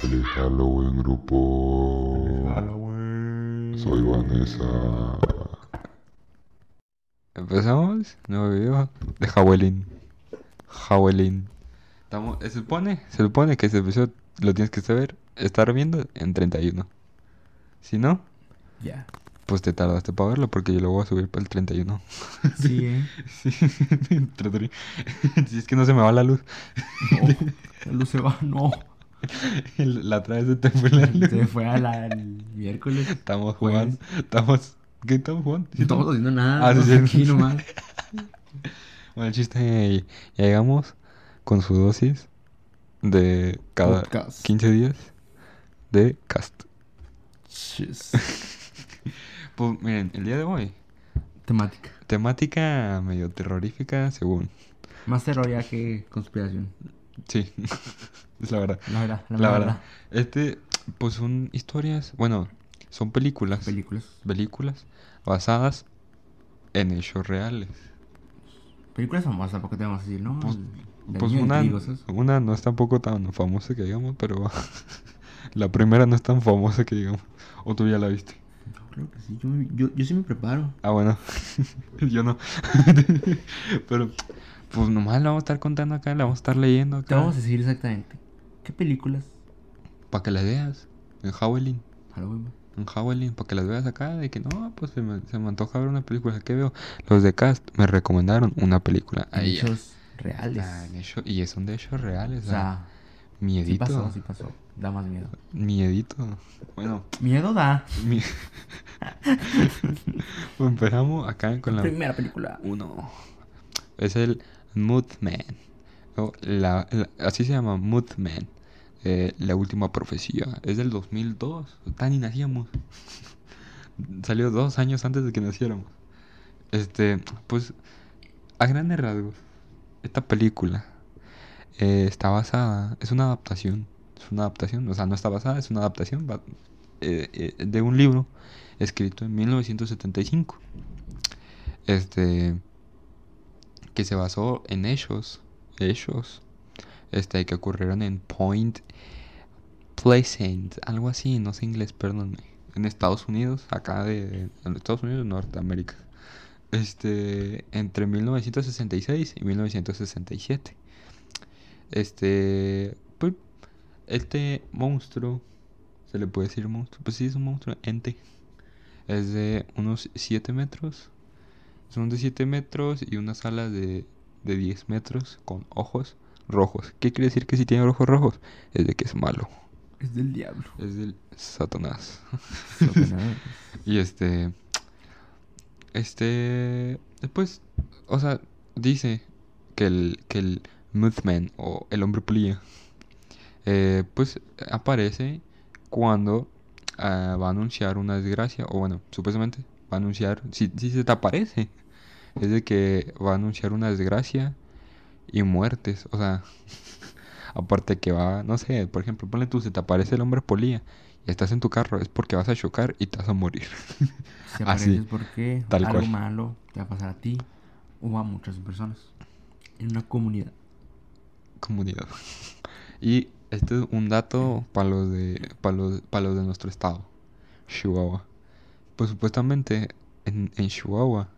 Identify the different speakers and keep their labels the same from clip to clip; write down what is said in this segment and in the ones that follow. Speaker 1: Feliz Halloween, grupo.
Speaker 2: Halloween.
Speaker 1: Soy Vanessa.
Speaker 2: Empezamos, nuevo video de Howelin. Howelin. Estamos- Se supone, se supone que ese episodio lo tienes que saber, estar viendo en 31. Si no,
Speaker 3: Ya.
Speaker 2: pues te tardaste para verlo porque yo lo voy a subir para el 31.
Speaker 3: Sí, ¿eh?
Speaker 2: Sí, si es que no se me va la luz,
Speaker 3: La luz se va, no.
Speaker 2: la traes de te fue la
Speaker 3: Se
Speaker 2: luz.
Speaker 3: fue a la el miércoles.
Speaker 2: Estamos jugando, estamos... ¿Qué estamos jugando?
Speaker 3: No Pues. estamos haciendo nada.
Speaker 2: Ah, sí,
Speaker 3: estamos
Speaker 2: sí.
Speaker 3: aquí nomás.
Speaker 2: Bueno, el chiste, eh, ya llegamos con su dosis de cada
Speaker 3: Podcast.
Speaker 2: 15 días de cast.
Speaker 3: Chis.
Speaker 2: Pues miren, el día de hoy,
Speaker 3: Temática.
Speaker 2: temática medio terrorífica, según.
Speaker 3: Más terroría que conspiración.
Speaker 2: Sí, es la verdad.
Speaker 3: La verdad, la,
Speaker 2: La, verdad.
Speaker 3: verdad.
Speaker 2: Este, pues son historias, bueno, son películas.
Speaker 3: Películas.
Speaker 2: películas basadas en hechos reales.
Speaker 3: Películas famosas, ¿por qué te vamos a decir, no?
Speaker 2: Pues-
Speaker 3: El- el
Speaker 2: Pues
Speaker 3: niño del
Speaker 2: una,
Speaker 3: trigo, ¿sabes?
Speaker 2: una no es tampoco tan famosa que digamos, pero la primera no es tan famosa que digamos. O tú ya la viste.
Speaker 3: No, Creo que sí, yo, me- yo, yo sí me preparo.
Speaker 2: Ah, bueno, yo no. pero, pues nomás la vamos a estar contando acá, la vamos a estar leyendo
Speaker 3: Te
Speaker 2: acá.
Speaker 3: vamos a decir exactamente. ¿Qué películas?
Speaker 2: Para que las veas en Howling.
Speaker 3: Halloween.
Speaker 2: En Howling, para que las veas acá. De que no, pues se me, se me antoja ver una película. ¿Qué veo? Los de Cast me recomendaron una película. Ahí ya.
Speaker 3: Hechos reales.
Speaker 2: Ah, en hecho- y son de hechos reales.
Speaker 3: o
Speaker 2: ah.
Speaker 3: sea, sí
Speaker 2: Miedito.
Speaker 3: pasó, sí pasó. Da más miedo.
Speaker 2: Miedito. Bueno,
Speaker 3: Miedo da.
Speaker 2: mi- Pues empezamos acá con la
Speaker 3: Primera película.
Speaker 2: uno. Es el Mood Man. O la- la- así se llama Mood Man. Eh, la última profecía. Es del 2002. Tan y nacíamos. Salió dos años antes de que naciéramos. Este, pues, a grandes rasgos, esta película eh, está basada, es una adaptación, es una adaptación, o sea, no está basada, es una adaptación va- eh, eh, de un libro escrito en 1975, este, que se basó en hechos, hechos, este, que ocurrieron en Point Pleasant, algo así, no sé inglés, perdónme, en Estados Unidos, acá de, en Estados Unidos, Norteamérica. Este, entre 1966 y 1967. Este, pues, este monstruo, se le puede decir monstruo, pues sí, es un monstruo, ente. Es de unos 7 metros. Son de 7 metros y unas alas de, de 10 metros con ojos rojos. ¿Qué quiere decir que si tiene ojos rojos? Es de que es malo.
Speaker 3: Es del diablo.
Speaker 2: Es del Satanás.
Speaker 3: Satanás.
Speaker 2: Y este. Este. Después. O sea, dice que el. que el Mothman o el hombre polilla. eh, pues aparece cuando ah, va a anunciar una desgracia. O bueno, supuestamente va a anunciar. Si, si se te aparece. Es de que va a anunciar una desgracia y muertes. O sea. Aparte que va, no sé, por ejemplo, ponle tú, se te aparece el hombre polilla y estás en tu carro, es porque vas a chocar y te vas a morir.
Speaker 3: Si
Speaker 2: Así,
Speaker 3: apareces porque
Speaker 2: Ah, tal
Speaker 3: algo
Speaker 2: cual.
Speaker 3: malo te va a pasar a ti o a muchas personas en una comunidad.
Speaker 2: comunidad. Y este es un dato para los de para los, para los de nuestro estado, Chihuahua. Pues supuestamente en, en Chihuahua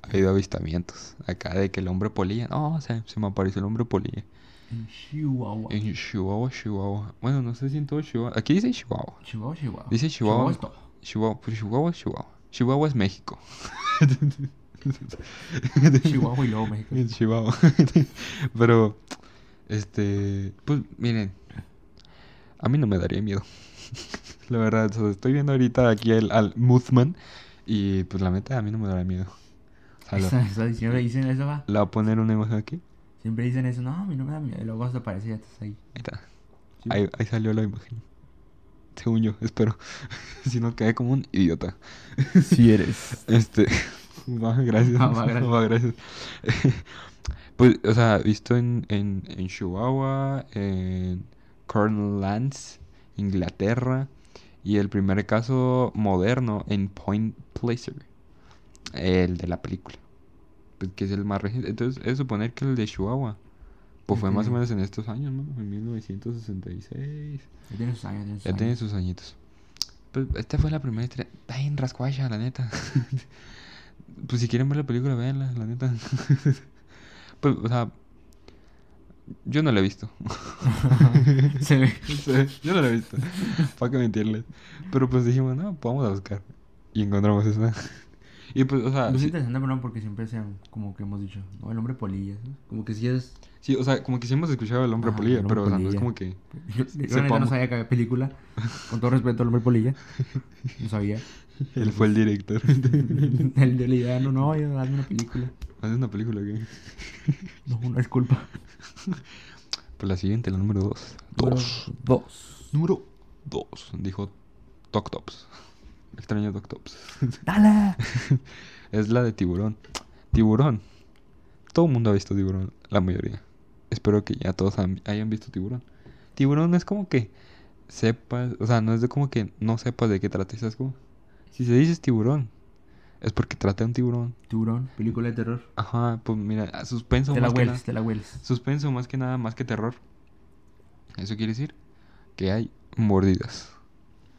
Speaker 2: ha habido avistamientos acá de que el hombre polilla, no, se, se me apareció el hombre polilla
Speaker 3: En Chihuahua.
Speaker 2: en Chihuahua, Chihuahua. Bueno, no sé si en todo Chihuahua, aquí dice Chihuahua.
Speaker 3: Chihuahua, Chihuahua.
Speaker 2: Dice Chihuahua.
Speaker 3: es todo.
Speaker 2: Chihuahua, pues Chihuahua, es Chihuahua. Chihuahua es México.
Speaker 3: Chihuahua y luego México.
Speaker 2: En Chihuahua. Pero, este, pues miren, a mí no me daría miedo. La verdad, o sea, estoy viendo ahorita aquí al, al Mothman y pues la neta a mí no me daría miedo. O sea, lo-
Speaker 3: Esa- esa- siempre dicen eso, va.
Speaker 2: le voy a poner una imagen aquí.
Speaker 3: Siempre dicen eso. No, a mí no me da miedo. Y luego se aparece y ya estás ahí.
Speaker 2: Ahí está.
Speaker 3: Sí.
Speaker 2: Ahí, ahí salió la imagen. Según yo, espero. si no, quedé como un idiota.
Speaker 3: Si eres.
Speaker 2: Este. Va, gracias.
Speaker 3: Ah, va, gracias.
Speaker 2: Va, gracias. pues, o sea, visto en, en, en Chihuahua, en Cornlands, Inglaterra. Y el primer caso moderno en Point Placer. El de la película. Pues que es el más reciente. Entonces, es suponer que el de Chihuahua. Pues fue más o
Speaker 3: tiene-
Speaker 2: menos en estos años, ¿no? En 1966.
Speaker 3: Ya tiene sus años,
Speaker 2: Ya
Speaker 3: ya tiene sus años.
Speaker 2: tiene sus añitos. Pues esta fue la primera historia. Está bien rascuacha, la neta. pues si quieren ver la película, véanla, la neta. pues, o sea, yo no la he visto.
Speaker 3: Se ve.
Speaker 2: yo no la he visto. Para qué mentirles. Pero pues dijimos, no, pues vamos a buscar. Y encontramos esa. y pues, o sea,
Speaker 3: Pues es
Speaker 2: sí,
Speaker 3: interesante, pero no, porque siempre se han- como que hemos dicho, no, el hombre polilla, ¿no? Como que si es...
Speaker 2: sí, o sea, como que sí hemos escuchado Ah, el hombre
Speaker 3: Ajá,
Speaker 2: polilla,
Speaker 3: el hombre
Speaker 2: pero o sea, no es
Speaker 3: polilla.
Speaker 2: como que.
Speaker 3: Yo, yo la neta no
Speaker 2: Sepamos.
Speaker 3: sabía que había película, con todo respeto al hombre polilla, no sabía.
Speaker 2: Él fue el director.
Speaker 3: El de la idea, no, no, yo hazme una película.
Speaker 2: Hace una película que.
Speaker 3: No, no es culpa.
Speaker 2: Pues la siguiente, la número 2. Dos.
Speaker 3: Dos.
Speaker 2: Número 2, dijo Toc Tops. Extraño Toc Tops.
Speaker 3: ¡Dale!
Speaker 2: Es la de tiburón. Tiburón. Todo el mundo ha visto tiburón, la mayoría. Espero que ya todos han- hayan visto tiburón. Tiburón es como que sepas, o sea, no es de como que no sepas de qué trata, ¿sabes cómo? Si se dices tiburón, es porque trata de un tiburón.
Speaker 3: Tiburón, película de terror.
Speaker 2: Ajá, pues mira, a suspenso
Speaker 3: Te la
Speaker 2: más que nada.
Speaker 3: hueles, te la hueles.
Speaker 2: Suspenso más que nada, más que terror. Eso quiere decir que hay mordidas.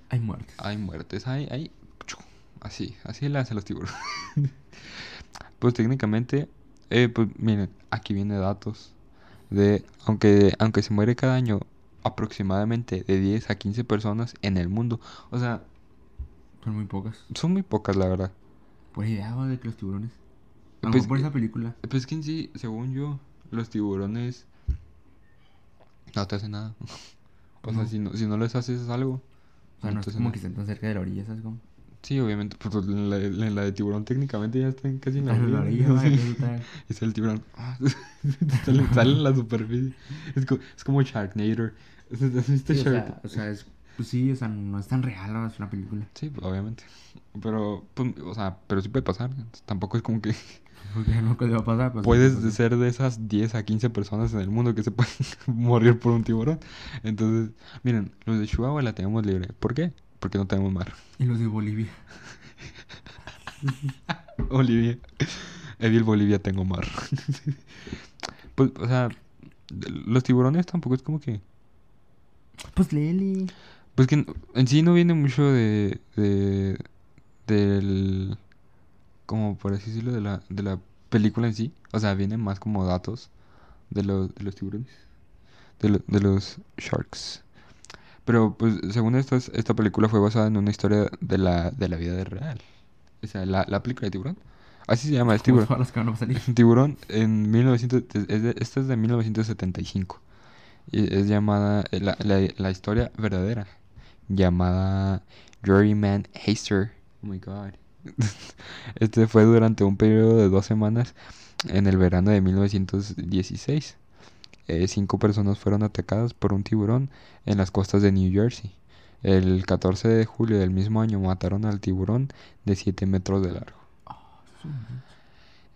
Speaker 3: Hay muertes.
Speaker 2: Hay muertes, hay, hay. chu, Así, así le hacen los tiburones. pues técnicamente, eh, pues miren, aquí viene datos de, aunque, aunque se muere cada año aproximadamente de 10 a 15 personas en el mundo. O sea,
Speaker 3: Son muy pocas.
Speaker 2: son muy pocas, la verdad.
Speaker 3: Por idea ¿no? de que los tiburones. A lo
Speaker 2: Pues
Speaker 3: mejor por
Speaker 2: que-
Speaker 3: esa película.
Speaker 2: Pues es que en sí, según yo, los tiburones no te hacen nada. o sea,
Speaker 3: No.
Speaker 2: si no, si no les haces algo.
Speaker 3: O sea, no es
Speaker 2: entonces
Speaker 3: como
Speaker 2: no.
Speaker 3: que estén tan cerca de la orilla, ¿sabes cómo?
Speaker 2: Sí, obviamente, pues en la, en la de tiburón técnicamente ya están casi en la
Speaker 3: Están en la orilla,
Speaker 2: orilla.
Speaker 3: ¿no? Entonces, está-
Speaker 2: Es el tiburón. sale, sale en la superficie. Es, co- es como Sharknator. ¿Has visto
Speaker 3: Sí, o,
Speaker 2: este Shark-
Speaker 3: sea, o sea, es, pues sí, o sea, no es tan real, ¿no? es una película.
Speaker 2: Sí, pues, obviamente. Pero, pues, o sea, pero sí puede pasar. Tampoco es como que
Speaker 3: Porque no te va a pasar. Pues,
Speaker 2: puedes
Speaker 3: pues,
Speaker 2: ser de esas 10 a 15 personas en el mundo que se pueden morir por un tiburón. Entonces, miren, los de Chihuahua la tenemos libre. ¿Por qué? Porque no tenemos mar.
Speaker 3: Y los de Bolivia.
Speaker 2: Bolivia. Edil Bolivia tengo mar. pues, o sea, los tiburones tampoco es como que.
Speaker 3: Pues Leli.
Speaker 2: Pues que en, en sí no viene mucho de, de del como por así decirlo de la de la película en sí, o sea, vienen más como datos de los de los tiburones, de, lo- de los sharks. Pero pues según esto es- esta película fue basada en una historia de la de la vida de real. O sea, la, la película de tiburón. Así se llama, es
Speaker 3: Como
Speaker 2: tiburón.
Speaker 3: todas las que van a salir.
Speaker 2: Tiburón en 1900, es de- esta es de 1975. Y es llamada eh, la, la- la historia verdadera. Llamada Journeyman Haster. Oh my god. Este fue durante un periodo de dos semanas en el verano de 1916. Eh, cinco personas fueron atacadas por un tiburón en las costas de New Jersey. El 14 de julio del mismo año mataron al tiburón de 7 metros de largo.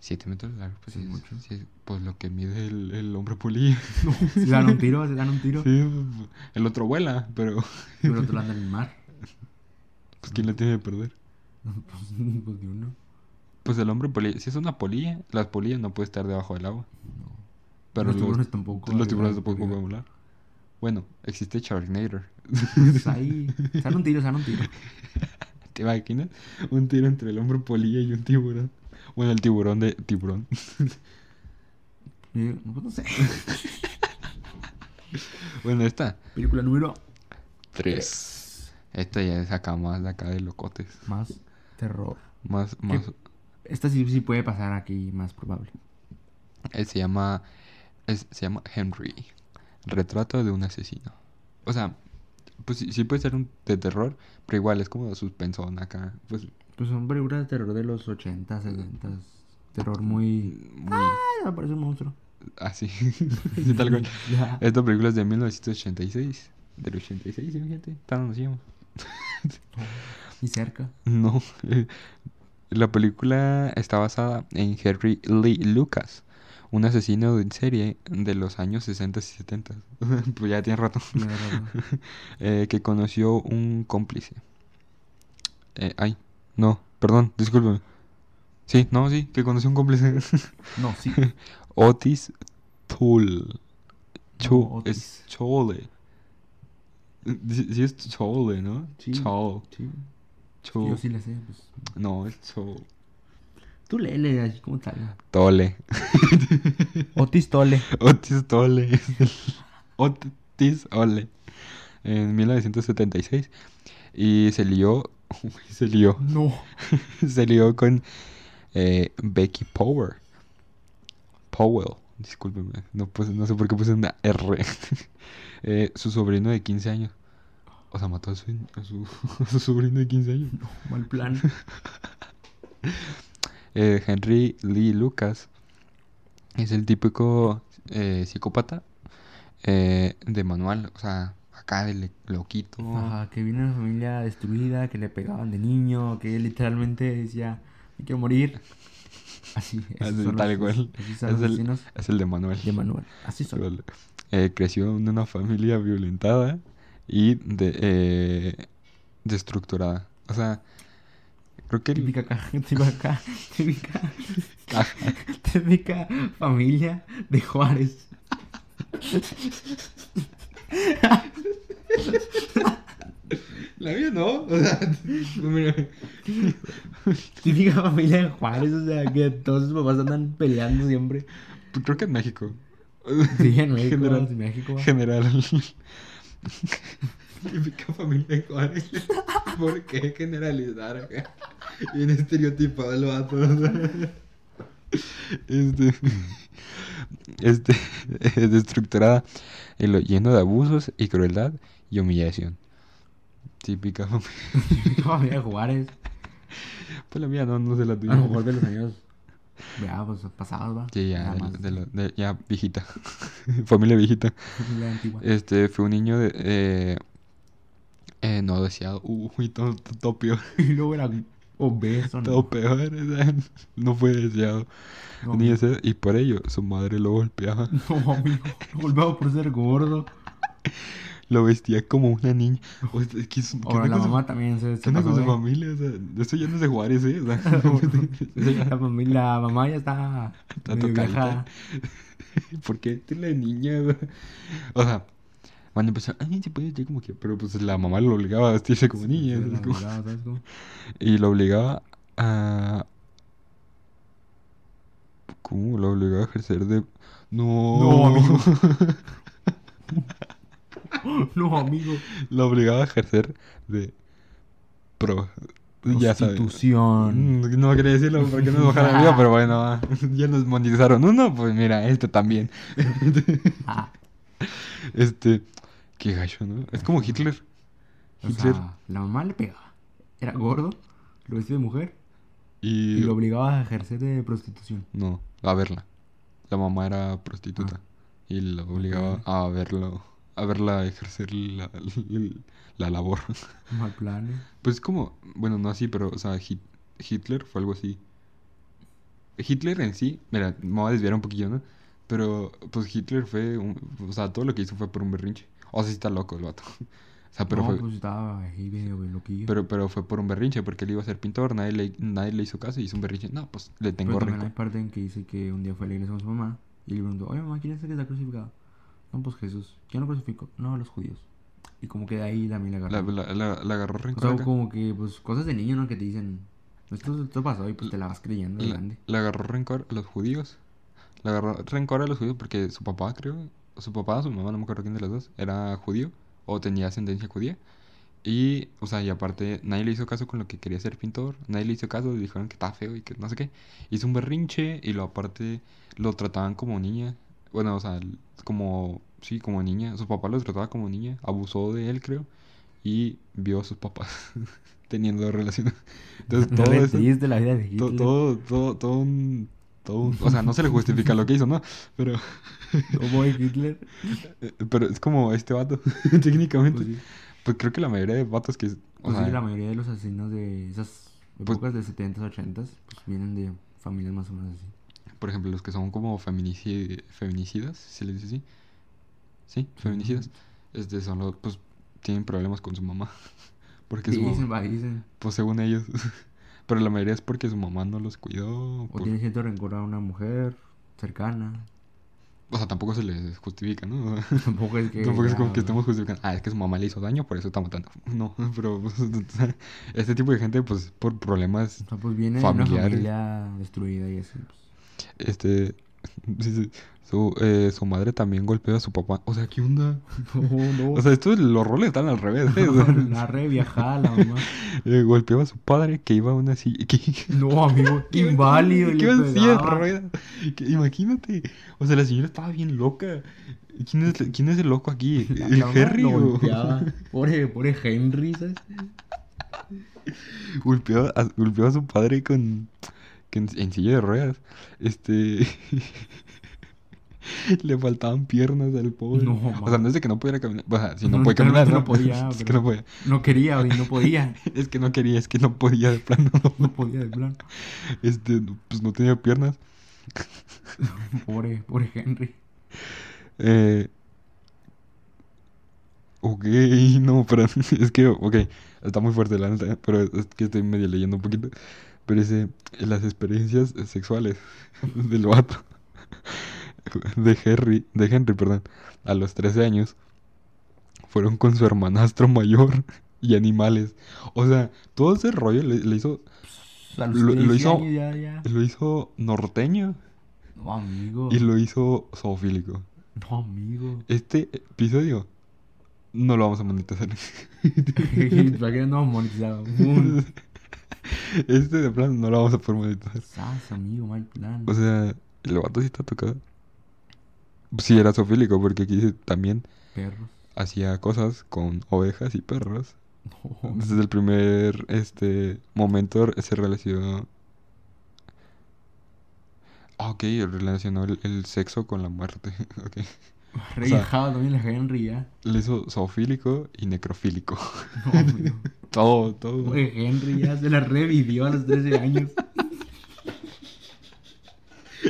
Speaker 3: Sí,
Speaker 2: 7 metros de largo, pues,
Speaker 3: Sí,
Speaker 2: sí es,
Speaker 3: mucho.
Speaker 2: sí es- pues lo que mide el, el hombre polilla.
Speaker 3: Se dan un tiro, se dan un tiro.
Speaker 2: Sí, pues, el otro vuela, pero
Speaker 3: Pero otro anda en el mar.
Speaker 2: pues ¿quién le tiene que perder?
Speaker 3: Pues, pues de uno.
Speaker 2: Pues el hombre polilla, si es una polilla, las polillas no puede estar debajo del agua. Pero
Speaker 3: Los tiburones tampoco,
Speaker 2: Los
Speaker 3: ¿verdad?
Speaker 2: tiburones tampoco
Speaker 3: Porque-
Speaker 2: pueden volar. Bueno, existe Sharknator.
Speaker 3: Pues ahí. Se dan un tiro, se dan un tiro.
Speaker 2: ¿Te imaginas? Un tiro entre el hombre polilla y un tiburón. Bueno, el tiburón de tiburón.
Speaker 3: Y yo, no, pues no sé.
Speaker 2: bueno, esta.
Speaker 3: Película número
Speaker 2: Tres. Esta ya es acá más de acá de locotes.
Speaker 3: más terror.
Speaker 2: Más, más.
Speaker 3: Esta sí, sí puede pasar aquí, más probable.
Speaker 2: Él se llama. es- se llama Henry. Retrato de un asesino. O sea, pues sí, sí puede ser un de terror, pero igual es como de suspensón acá. Pues
Speaker 3: Pues son películas de terror de los 80, 70. Terror muy.
Speaker 2: muy
Speaker 3: Ay, aparece un monstruo.
Speaker 2: así. Sí, tal cual.
Speaker 3: Ya.
Speaker 2: Esta película es de 1986. Del 86, imagínate. Tan nos íbamos.
Speaker 3: Ni cerca.
Speaker 2: No. eh, La película está basada en Henry Lee Lucas, un asesino en serie de los años 60 y 70. pues ya tiene rato.
Speaker 3: Mira, raro.
Speaker 2: eh, que conoció un cómplice. Eh, ay, no, perdón, discúlpeme. Sí, no, sí, que conoció un cómplice.
Speaker 3: No, sí.
Speaker 2: Otis Tool. Cho-
Speaker 3: Otis.
Speaker 2: es chole. Sí, sí es chole, ¿no?
Speaker 3: Sí.
Speaker 2: Chol,
Speaker 3: Sí.
Speaker 2: chol.
Speaker 3: Yo sí le sé, pues.
Speaker 2: No, es chol.
Speaker 3: Tú léele así como tal.
Speaker 2: Tole.
Speaker 3: Otis Tole.
Speaker 2: Otis Tole. es el- Otis Ole. En 1976. Y se lió. uy, Se lió.
Speaker 3: No.
Speaker 2: Se lió con eh, Becky Power. Powell. Discúlpeme. No, puse- no sé por qué puse una R. Eh, su sobrino de 15 años. O sea, mató a su, a su- a su sobrino de 15 años.
Speaker 3: Mal plan.
Speaker 2: Eh, Henry Lee Lucas es el típico eh, psicópata eh, de manual, o sea, acá de le- loquito.
Speaker 3: Ajá, que viene de una familia destruida, que le pegaban de niño, que literalmente decía, me quiero morir. Así, esos
Speaker 2: Así,
Speaker 3: son
Speaker 2: tal
Speaker 3: los-
Speaker 2: cual.
Speaker 3: Así son
Speaker 2: Es
Speaker 3: los
Speaker 2: el,
Speaker 3: vecinos
Speaker 2: es el de manual.
Speaker 3: de Manuel. Así son.
Speaker 2: Vale. Eh, creció en una familia violentada y de, eh, destructurada. O sea, creo que el- Ah.
Speaker 3: Típica acá, típica acá, típica,
Speaker 2: Ajá.
Speaker 3: típica familia de Juárez.
Speaker 2: la mía no. o sea, mira,
Speaker 3: Típica familia de Juárez, o sea, que todos sus papás andan peleando siempre.
Speaker 2: creo que en México.
Speaker 3: Sí, en México,
Speaker 2: General.
Speaker 3: en México.
Speaker 2: General. Típica familia de Juárez. ¿Por qué generalizar acá? Bien estereotipado el vato. o sea. Este. Este. Es estructurada y lo lleno de abusos y crueldad y humillación. Típica familia.
Speaker 3: Típica familia de Juárez.
Speaker 2: Pues la mía no, no se la tuya.
Speaker 3: A lo mejor de los años. Ya, pues pasados, va.
Speaker 2: Sí, ya,
Speaker 3: Nada
Speaker 2: de lo-
Speaker 3: más.
Speaker 2: de lo- de- ya viejita. familia viejita.
Speaker 3: Familia antigua.
Speaker 2: Este, fue un niño de, eh, eh, no deseado. Uy, todo, todo peor.
Speaker 3: Y luego era obeso, ¿no?
Speaker 2: Todo peor. o sea, no fue deseado.
Speaker 3: No,
Speaker 2: Ni ese- y por ello, su madre lo golpeaba.
Speaker 3: No, amigo. Volvemos por ser gordo.
Speaker 2: Lo vestía como una niña. O sea, ¿qué es- qué
Speaker 3: Ahora
Speaker 2: onda
Speaker 3: la
Speaker 2: con su-
Speaker 3: mamá también se,
Speaker 2: ¿Qué
Speaker 3: se
Speaker 2: onda
Speaker 3: pasó
Speaker 2: con su
Speaker 3: de-
Speaker 2: familia? O sea, esto ya no es de Juárez, ¿eh? O sea, o sea,
Speaker 3: la, familia, la mamá ya está.
Speaker 2: Está
Speaker 3: medio
Speaker 2: tocadita.
Speaker 3: vieja.
Speaker 2: ¿Por qué es la niña? O sea, o sea, cuando empezó, ay, se puede vestir como que. Pero pues la mamá lo obligaba a vestirse como niña. o
Speaker 3: Se
Speaker 2: sea,
Speaker 3: la
Speaker 2: es como-
Speaker 3: miraba, ¿sabes cómo?
Speaker 2: Y lo obligaba a. ¿Cómo? Lo obligaba a ejercer de. No.
Speaker 3: No, amigo. No, amigo.
Speaker 2: lo obligaba a ejercer de. Pro. Ya sabes.
Speaker 3: Prostitución.
Speaker 2: Mm, No quería decirlo porque nos bajaron el video, pero bueno, va. ya nos monetizaron uno, pues mira, este también.
Speaker 3: Ah,
Speaker 2: Este. Qué gallo, ¿no? Es como Hitler.
Speaker 3: o
Speaker 2: Hitler.
Speaker 3: sea, la mamá le pegaba. Era gordo, lo vestía de mujer
Speaker 2: Y.
Speaker 3: y lo obligaba a ejercer de prostitución.
Speaker 2: No, a verla. La mamá era prostituta
Speaker 3: Ah.
Speaker 2: y la obligaba a verlo, a verla ejercer la, la labor.
Speaker 3: Mal plan. ¿eh?
Speaker 2: Pues como, bueno, no así, pero, o sea, Hit- Hitler fue algo así. Hitler en sí, mira, me voy a desviar un poquillo, ¿no? Pero, pues Hitler fue, un- o sea, todo lo que hizo fue por un berrinche. O sea, sí está loco el vato. O sea, Ah, pero
Speaker 3: no,
Speaker 2: fue,
Speaker 3: pues estaba ahí medio loquillo.
Speaker 2: pero, pero fue por un berrinche, porque él iba a ser pintor, nadie le, nadie le hizo caso y hizo un berrinche. No, pues le
Speaker 3: Pero
Speaker 2: tengo
Speaker 3: también
Speaker 2: rencor.
Speaker 3: hay parte en que dice que un día fue a la iglesia con su mamá y le preguntó, oye mamá, ¿quién es el que está crucificado? No, pues Jesús. ¿Quién lo crucificó? No, los judíos. Y como que de ahí también le
Speaker 2: La,
Speaker 3: agarró.
Speaker 2: la, la- la agarró
Speaker 3: o
Speaker 2: rencor.
Speaker 3: sea,
Speaker 2: acá.
Speaker 3: como que, pues, cosas de niño, ¿no? Que te dicen, esto, esto pasó y pues te la vas creyendo de
Speaker 2: Le,
Speaker 3: grande.
Speaker 2: le agarró rencor a los judíos. Le agarró rencor a los judíos porque su papá, creo, o su papá, su mamá, no me acuerdo quién de los dos, era judío o tenía ascendencia judía. Y, o sea, y aparte, nadie le hizo caso con lo que quería ser pintor. Nadie le hizo caso, le dijeron que estaba feo y que no sé qué. Hizo un berrinche y lo aparte lo trataban como niña. Bueno, o sea, l- como, sí, como niña. Su papá lo trataba como niña, abusó de él, creo. Y vio a sus papás teniendo relaciones. Entonces, todo
Speaker 3: Re
Speaker 2: eso-
Speaker 3: triste la vida de
Speaker 2: To-
Speaker 3: Hitler.
Speaker 2: todo, todo, todo un, todo un- O sea, no se le justifica lo que hizo, ¿no? Pero,
Speaker 3: ¿Cómo es Oh, Hitler?
Speaker 2: eh, pero es como este vato, técnicamente.
Speaker 3: Pues
Speaker 2: Pues,
Speaker 3: sí,
Speaker 2: creo que la mayoría de vatos que... O
Speaker 3: Pues sí,
Speaker 2: sea,
Speaker 3: la mayoría de los asesinos de esas
Speaker 2: Pues-
Speaker 3: épocas de 70s, 80s, pues vienen de familias más o menos así.
Speaker 2: por ejemplo, los que son como feminici- feminicidas, se les dice así. Sí, feminicidas. Este, son los... Pues tienen problemas con su mamá. Porque su
Speaker 3: Dicen,
Speaker 2: mamá...
Speaker 3: va, dicen.
Speaker 2: Pues según ellos. pero la mayoría es porque su mamá no los cuidó.
Speaker 3: O
Speaker 2: por-
Speaker 3: tiene cierto rencor a una mujer cercana.
Speaker 2: O sea, tampoco se les justifica, ¿no?
Speaker 3: Tampoco es que.
Speaker 2: Tampoco es
Speaker 3: ya,
Speaker 2: como que
Speaker 3: güey.
Speaker 2: estemos justificando, ah, es que su mamá le hizo daño, por eso está matando. No, pero pues, este tipo de gente, pues por problemas,
Speaker 3: O sea, pues viene de una
Speaker 2: familiares.
Speaker 3: familia destruida y así. Pues.
Speaker 2: este, sí, sí, su, eh, su madre también golpeó a su papá. O sea, ¿qué onda?
Speaker 3: No,
Speaker 2: O sea, estos, los roles están al revés. ¿eh? O sea,
Speaker 3: la re viajada la mamá.
Speaker 2: eh, golpeaba a su padre que iba a una silla. Que,
Speaker 3: No, amigo,
Speaker 2: que iba-
Speaker 3: inválido.
Speaker 2: que
Speaker 3: le
Speaker 2: iba en silla de
Speaker 3: pegaba.
Speaker 2: ruedas. Que- imagínate. O sea, la señora estaba bien loca. ¿Quién es, quién es el loco aquí?
Speaker 3: La-
Speaker 2: ¿El
Speaker 3: la mamá
Speaker 2: Henry
Speaker 3: lo
Speaker 2: o-
Speaker 3: golpeaba. Pobre, pobre Henry, ¿sabes?
Speaker 2: Golpeaba a, golpeaba a su padre con, con- en silla de ruedas. Este. Le faltaban piernas al pobre.
Speaker 3: No,
Speaker 2: o sea, no es de que no pudiera caminar. O sea, si no
Speaker 3: No,
Speaker 2: puede caminar,
Speaker 3: literalmente
Speaker 2: no,
Speaker 3: no podía,
Speaker 2: Es que
Speaker 3: pero-
Speaker 2: no podía.
Speaker 3: No quería, güey, no podía.
Speaker 2: Es que no quería, es que no podía, de plano.
Speaker 3: No podía, de plan.
Speaker 2: Este, pues no tenía piernas.
Speaker 3: Pobre, pobre Henry.
Speaker 2: Eh, ok, no, pero es que, ok, está muy fuerte la neta, pero es que estoy medio leyendo un poquito. Pero dice, las experiencias sexuales del vato, de Henry, de Henry, perdón, a los 13 años, fueron con su hermanastro mayor y animales. O sea, todo ese rollo le, le hizo,
Speaker 3: A los
Speaker 2: Lo- lo
Speaker 3: 13
Speaker 2: hizo-
Speaker 3: años ya, ya.
Speaker 2: lo hizo norteño
Speaker 3: No, amigo.
Speaker 2: y lo hizo zoofílico.
Speaker 3: No, amigo.
Speaker 2: Este episodio no lo vamos a monetizar.
Speaker 3: ¿Para qué no monetizado? Un
Speaker 2: Este de plan no lo vamos a poder monetizar.
Speaker 3: sas, amigo, mal plan.
Speaker 2: O sea, el vato sí está tocado. Sí, era zoofílico, porque aquí dice también
Speaker 3: Perros.
Speaker 2: hacía cosas con ovejas y perros.
Speaker 3: Oh, No,
Speaker 2: Desde el primer este momento se relacionó. Ah, ok, relacionó el, el sexo con la muerte. ok.
Speaker 3: re
Speaker 2: o sea-
Speaker 3: viajado también la Henry ya.
Speaker 2: Le hizo zoofílico y necrofílico.
Speaker 3: No, amigo.
Speaker 2: todo, todo.
Speaker 3: Pobre Henry ya se la revivió a los 13 años.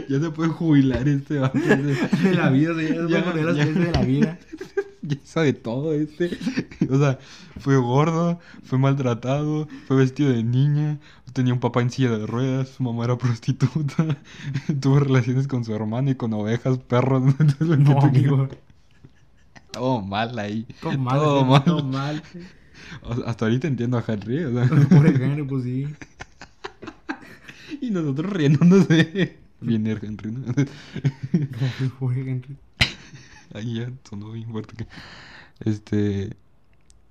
Speaker 2: Ya se puede jubilar este vato. ese-
Speaker 3: De la vida, se ya se
Speaker 2: Ya,
Speaker 3: fue con él a los
Speaker 2: ya.
Speaker 3: 13 de la vida.
Speaker 2: Ya hizo de todo este. O sea, fue gordo, fue maltratado, fue vestido de niña, tenía un papá en silla de ruedas, su mamá era prostituta, tuvo relaciones con su hermano y con ovejas, perros, todo lo que
Speaker 3: No,
Speaker 2: tú quieras.
Speaker 3: amigo.
Speaker 2: Todo mal ahí.
Speaker 3: Todo mal,
Speaker 2: Todo
Speaker 3: Henry,
Speaker 2: mal.
Speaker 3: todo mal.
Speaker 2: O sea, hasta ahorita entiendo a Henry, o sea,
Speaker 3: Pobre Henry, pues sí.
Speaker 2: y nosotros riéndonos de... Viene el Henry, ¿no?
Speaker 3: No, pobre Henry.
Speaker 2: Ahí ya sonó bien fuerte que... Este...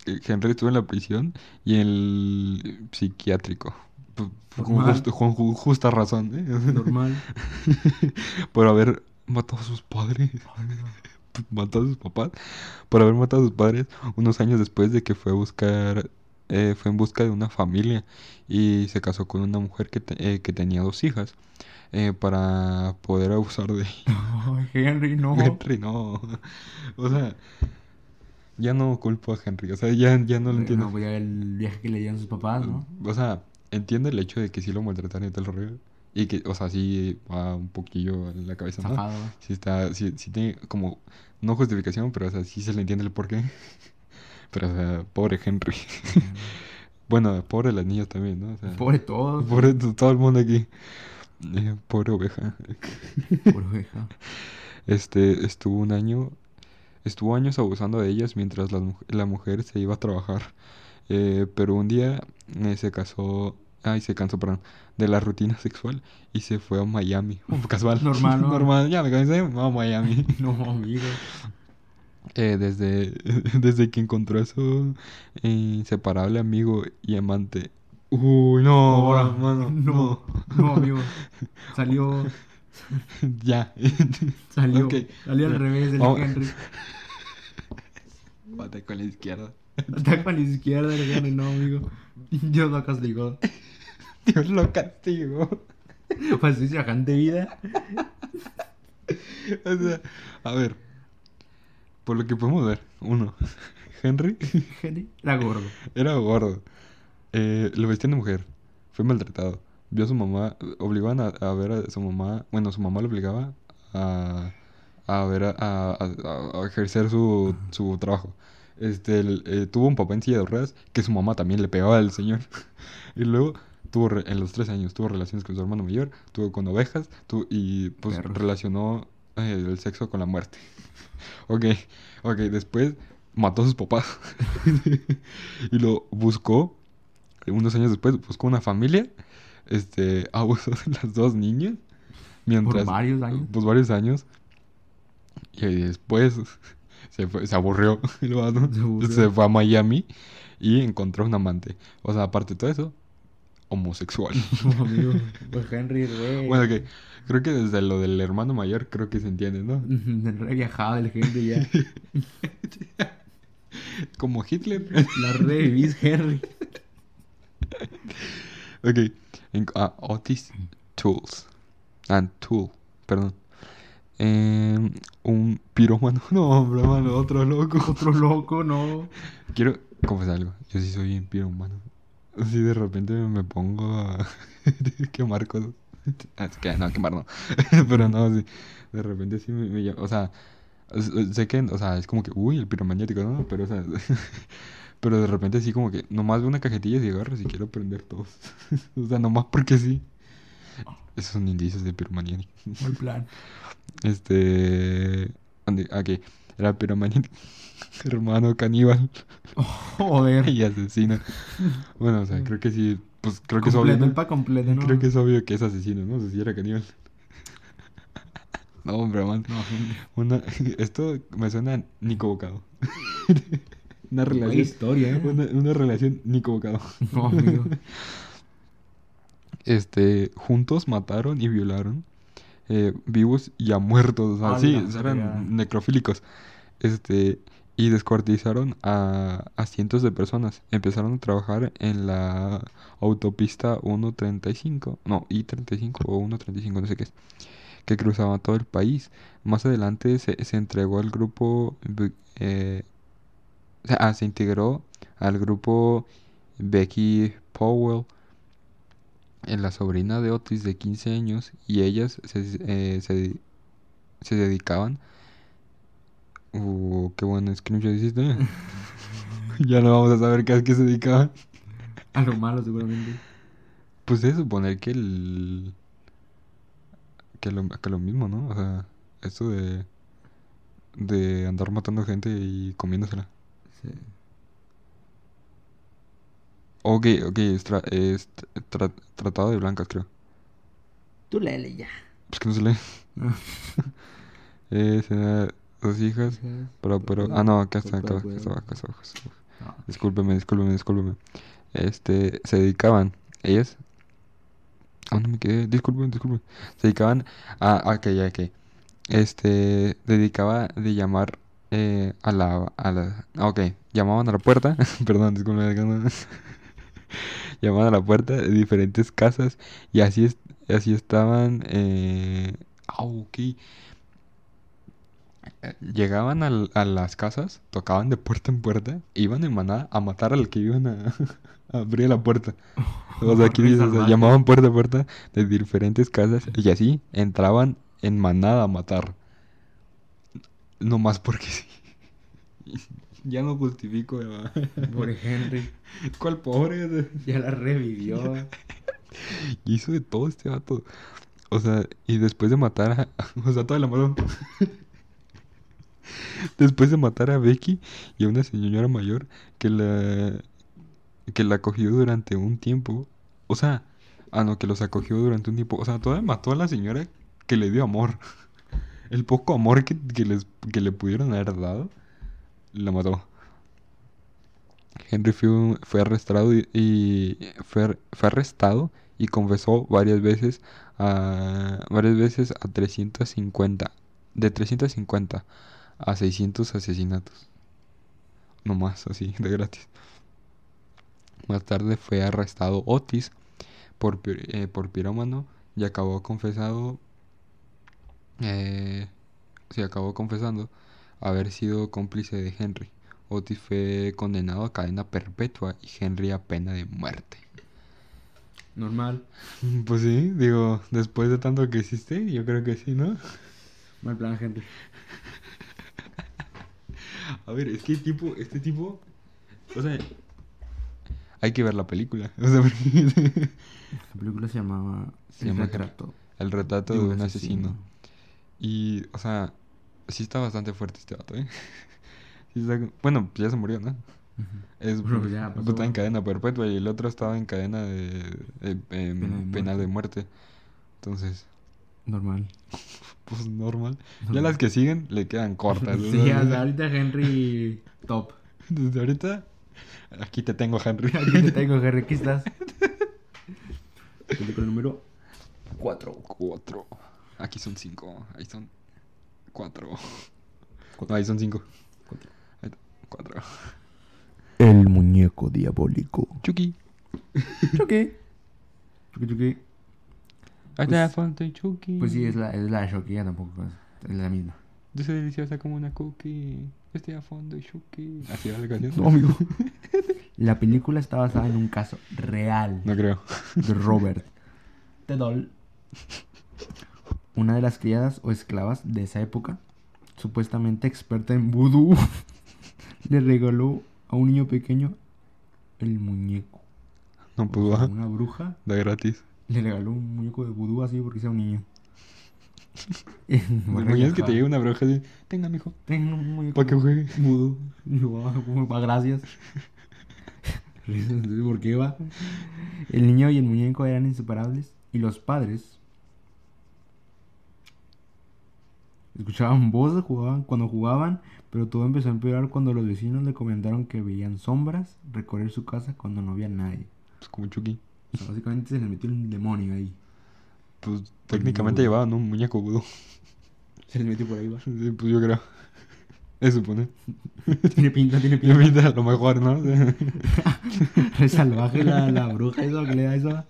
Speaker 2: eh, Henry estuvo en la prisión y en el psiquiátrico. P- p- Con,
Speaker 3: Normal.
Speaker 2: justo- con ju- justa razón, ¿eh?
Speaker 3: Normal.
Speaker 2: Por haber matado a sus padres. Matado a sus papás. Por haber matado a sus padres unos años después de que fue a buscar... eh, fue en busca de una familia y se casó con una mujer que, te- eh, que tenía dos hijas eh, para poder abusar de
Speaker 3: Ay, Henry, no.
Speaker 2: Henry no. O sea, ya no culpo a Henry. O sea, ya, ya no lo
Speaker 3: No,
Speaker 2: entiendo.
Speaker 3: pues ya el viaje que le dieron sus papás, ¿no?
Speaker 2: O sea, entiendo el hecho de que sí lo maltrataron y tal rollo. Y que, o sea, sí va un poquillo en la cabeza, ¿no?
Speaker 3: Zafado.
Speaker 2: Sí está, sí, sí tiene como, no justificación, pero o sea, sí se le entiende el porqué. Pero, o sea, pobre Henry. Bueno, pobre las niñas también, ¿no? O sea,
Speaker 3: Pobre todo.
Speaker 2: pobre to- todo el mundo aquí. Eh, Pobre oveja.
Speaker 3: Pobre oveja.
Speaker 2: Este, estuvo un año, estuvo años abusando de ellas mientras la, mu- la mujer se iba a trabajar. Eh, pero un día eh, se casó, ay, se cansó, perdón, de la rutina sexual y se fue a Miami. casual.
Speaker 3: Normal, ¿no?
Speaker 2: Normal, ya me cansé, vamos a Miami.
Speaker 3: No, amigo.
Speaker 2: Eh, desde, desde que encontró a su eh, inseparable amigo y amante. Uy, no,
Speaker 3: Ahora,
Speaker 2: mano,
Speaker 3: no, no, amigo. Salió,
Speaker 2: Ya.
Speaker 3: salió,
Speaker 2: Ok,
Speaker 3: salió al
Speaker 2: mira,
Speaker 3: revés el
Speaker 2: vamos-
Speaker 3: Henry.
Speaker 2: Bate con la izquierda.
Speaker 3: Está con la izquierda el Henry, no, amigo. Dios lo castigó.
Speaker 2: Dios lo castigó.
Speaker 3: Pues sí, semejante vida.
Speaker 2: O sea, a ver. Por lo que podemos ver, uno, Henry
Speaker 3: Henry era gordo.
Speaker 2: era gordo. eh, lo vestían de mujer. Fue maltratado. Vio a su mamá, obligaban a, a ver a su mamá. Bueno, su mamá lo obligaba a, a ver a, a- a- a ejercer su, su trabajo. Este, el- eh, tuvo un papá en silla de ruedas que su mamá también le pegaba al señor. Y luego tuvo re- en los tres años tuvo relaciones con su hermano mayor, tuvo con ovejas, tuvo- y pues
Speaker 3: Perros.
Speaker 2: relacionó eh, el sexo con la muerte. ok, ok, después mató a sus papás y lo buscó, eh, unos años después, buscó una familia, este, abusó de las dos niñas, mientras...
Speaker 3: varios años.
Speaker 2: Pues varios años. Y después se, fue- se aburrió el vato,
Speaker 3: Se aburrió.
Speaker 2: se fue a Miami y encontró un amante. O sea, aparte de todo eso, homosexual.
Speaker 3: No, amigo, pues Henry, güey.
Speaker 2: Bueno, que creo que desde lo del hermano mayor creo que se entiende, ¿no?
Speaker 3: Re viajado el Henry ya.
Speaker 2: Como Hitler.
Speaker 3: La revivís, Henry.
Speaker 2: ok. En- ah, Otis Tools. Ah, Tool, perdón. Eh, un piromano. No, hombre, mano, otro loco.
Speaker 3: Otro loco, no.
Speaker 2: Quiero confesar algo. Yo sí soy bien piromano. Si de repente me pongo a quemar cosas. Ah, Es que no, quemar no. Pero no, sí. De repente sí me, me llama- O sea, s- sé que, o sea, es como que, uy, el piromaniático, ¿no? Pero, o sea, pero de repente sí como que nomás veo una cajetilla y agarro si quiero prender todos. O sea, nomás porque sí. Esos son indicios de piromanía.
Speaker 3: Mal plan.
Speaker 2: Este... ande- Aquí. Era piromaniático. Hermano caníbal
Speaker 3: Joder.
Speaker 2: y asesino. Bueno, o sea, creo que sí. Pues creo que es obvio.
Speaker 3: Completo,
Speaker 2: ¿no?
Speaker 3: el pa' completo, ¿no?
Speaker 2: Creo que es obvio que es asesino, ¿no? O sea, si era caníbal. No, hombre, man.
Speaker 3: No, Henry.
Speaker 2: Una... Esto me suena a Nico Bocado. una
Speaker 3: Buena
Speaker 2: relación.
Speaker 3: historia, ¿eh?
Speaker 2: Una, una relación Nico Bocado.
Speaker 3: No, amigo.
Speaker 2: Este, juntos mataron y violaron eh, vivos y a muertos.
Speaker 3: A
Speaker 2: así
Speaker 3: la
Speaker 2: eran
Speaker 3: fregada.
Speaker 2: necrofílicos. Este, y descuartizaron a, a cientos de personas. Empezaron a trabajar en la autopista 135, no, I-35 o 135, no sé qué es, que cruzaba todo el país. Más adelante se, se entregó al grupo. Be- eh, o sea, ah, se integró al grupo Becky Powell eh, la sobrina de Otis de 15 años y ellas se, eh, se, se dedicaban. Uh, qué buen screenshot hiciste. ¿eh? ya no vamos a saber qué es que se dedicaban.
Speaker 3: A lo malo, seguramente.
Speaker 2: Pues es suponer que el. Que lo, que lo mismo, ¿no? O sea, esto de. De andar matando gente y comiéndosela.
Speaker 3: Sí.
Speaker 2: Ok, ok, es, tra- es tra- tratado de blancas, creo.
Speaker 3: Tú léele ya.
Speaker 2: Pues que no se lee. Eh, se da dos hijas. Pero, pero, ah, no, acá está, acá, acá está, acá está, acá está.
Speaker 3: Ah,
Speaker 2: Discúlpeme, discúlpeme, discúlpeme. Este, se dedicaban, ellas. Ah, no me quedé, disculpen, disculpen. Se dedicaban a, ah, ok, ya, ok. Este, dedicaba de llamar eh, a la, a la, ah, ok, llamaban a la puerta, perdón, disculpen, acá no. llamaban a la puerta de diferentes casas y así, es, así estaban, eh, ah, ok. Eh, Llegaban al- a las casas, tocaban de puerta en puerta, iban en manada a matar al que iban a, a abrir la puerta. O sea, aquí
Speaker 3: Re
Speaker 2: dice, o sea,
Speaker 3: salvaje.
Speaker 2: llamaban puerta a puerta de diferentes casas y así entraban en manada a matar. No más porque sí. Ya no justifico. ya.
Speaker 3: Pobre Henry.
Speaker 2: ¿Cuál pobre?
Speaker 3: Ya la revivió.
Speaker 2: Hizo de todo este vato. O sea, y después de matar a. O sea, toda la mano. Después de matar a Becky y a una señora mayor que la. que la acogió durante un tiempo. O sea. Ah, no, que los acogió durante un tiempo. O sea, todavía mató a la señora que le dio amor. El poco amor que, que les, que le pudieron haber dado, la mató. Henry fue, fue arrestado y, y fue, fue arrestado y confesó varias veces a varias veces a 350 de 350 a 600 asesinatos. No más, así de gratis. Más tarde fue arrestado Otis por, pi- eh, por pirómano y acabó confesado eh, se acabó confesando haber sido cómplice de Henry. Otis fue condenado a cadena perpetua y Henry a pena de muerte.
Speaker 3: Normal.
Speaker 2: Pues sí, digo, después de tanto que hiciste, yo creo que sí, ¿no?
Speaker 3: Mal plan, Henry.
Speaker 2: A ver, es que tipo, este tipo, o sea, hay que ver la película. O sea, porque-
Speaker 3: La película se llamaba
Speaker 2: Se
Speaker 3: El
Speaker 2: llama-
Speaker 3: retrato
Speaker 2: el retrato
Speaker 3: de
Speaker 2: de un asesino. Y, o sea, sí está bastante fuerte este vato, ¿eh? Sí está- Bueno, pues ya se murió, ¿no? Es
Speaker 3: Bueno, pues ya
Speaker 2: pues,
Speaker 3: pasó.
Speaker 2: está en cadena perpetua y el otro estaba en cadena de, eh, em,
Speaker 3: Pena de
Speaker 2: penal de muerte. Entonces,
Speaker 3: Normal.
Speaker 2: pues normal. Ya las que siguen le quedan cortas.
Speaker 3: Sí,
Speaker 2: o sea,
Speaker 3: hasta ahorita Henry top.
Speaker 2: Desde ahorita, aquí te tengo, Henry.
Speaker 3: Aquí te tengo, Henry, aquí estás. Película número 4.
Speaker 2: Cuatro. Aquí son cinco. Ahí son cuatro. No, ahí son cinco.
Speaker 3: Cuatro.
Speaker 2: Ahí está, Cuatro.
Speaker 3: El muñeco diabólico.
Speaker 2: Chucky.
Speaker 3: Chucky. Chucky, Chucky.
Speaker 2: Ahí
Speaker 3: Pues-
Speaker 2: está, ponte Chucky.
Speaker 3: Pues sí, es la, es la de Chucky, ya tampoco es, es la misma.
Speaker 2: Yo soy deliciosa como una cookie. Estoy a fondo, Chucky. Así va la canción.
Speaker 3: La película está basada en un caso real
Speaker 2: No creo.
Speaker 3: de Robert Tedol, una de las criadas o esclavas de esa época, supuestamente experta en vudú, le regaló a un niño pequeño el muñeco.
Speaker 2: No, pues
Speaker 3: O sea,
Speaker 2: va.
Speaker 3: Una bruja
Speaker 2: Da gratis.
Speaker 3: le regaló un muñeco de vudú así porque sea un niño.
Speaker 2: El muñeco es que te llega una bruja y tenga, mijo,
Speaker 3: Tengo un muñeco.
Speaker 2: para que juegue.
Speaker 3: Mudo. Yo, ah, ¿cómo va? gracias. Risas, ¿sí? ¿Por qué va? El niño y el muñeco eran inseparables y los padres escuchaban voces, jugaban cuando jugaban, pero todo empezó a empeorar cuando los vecinos le comentaron que veían sombras recorrer su casa cuando no había nadie.
Speaker 2: Pues como Chucky.
Speaker 3: O sea, básicamente se les metió el demonio ahí.
Speaker 2: Pues técnicamente
Speaker 3: vudú.
Speaker 2: llevaban un muñeco vudú.
Speaker 3: Se les metió por ahí, va.
Speaker 2: Sí, pues yo creo. Eso supone.
Speaker 3: Tiene pinta, tiene
Speaker 2: Yo
Speaker 3: pinta.
Speaker 2: me a lo mejor, ¿no?
Speaker 3: Re salvaje la, la bruja eso que le da eso.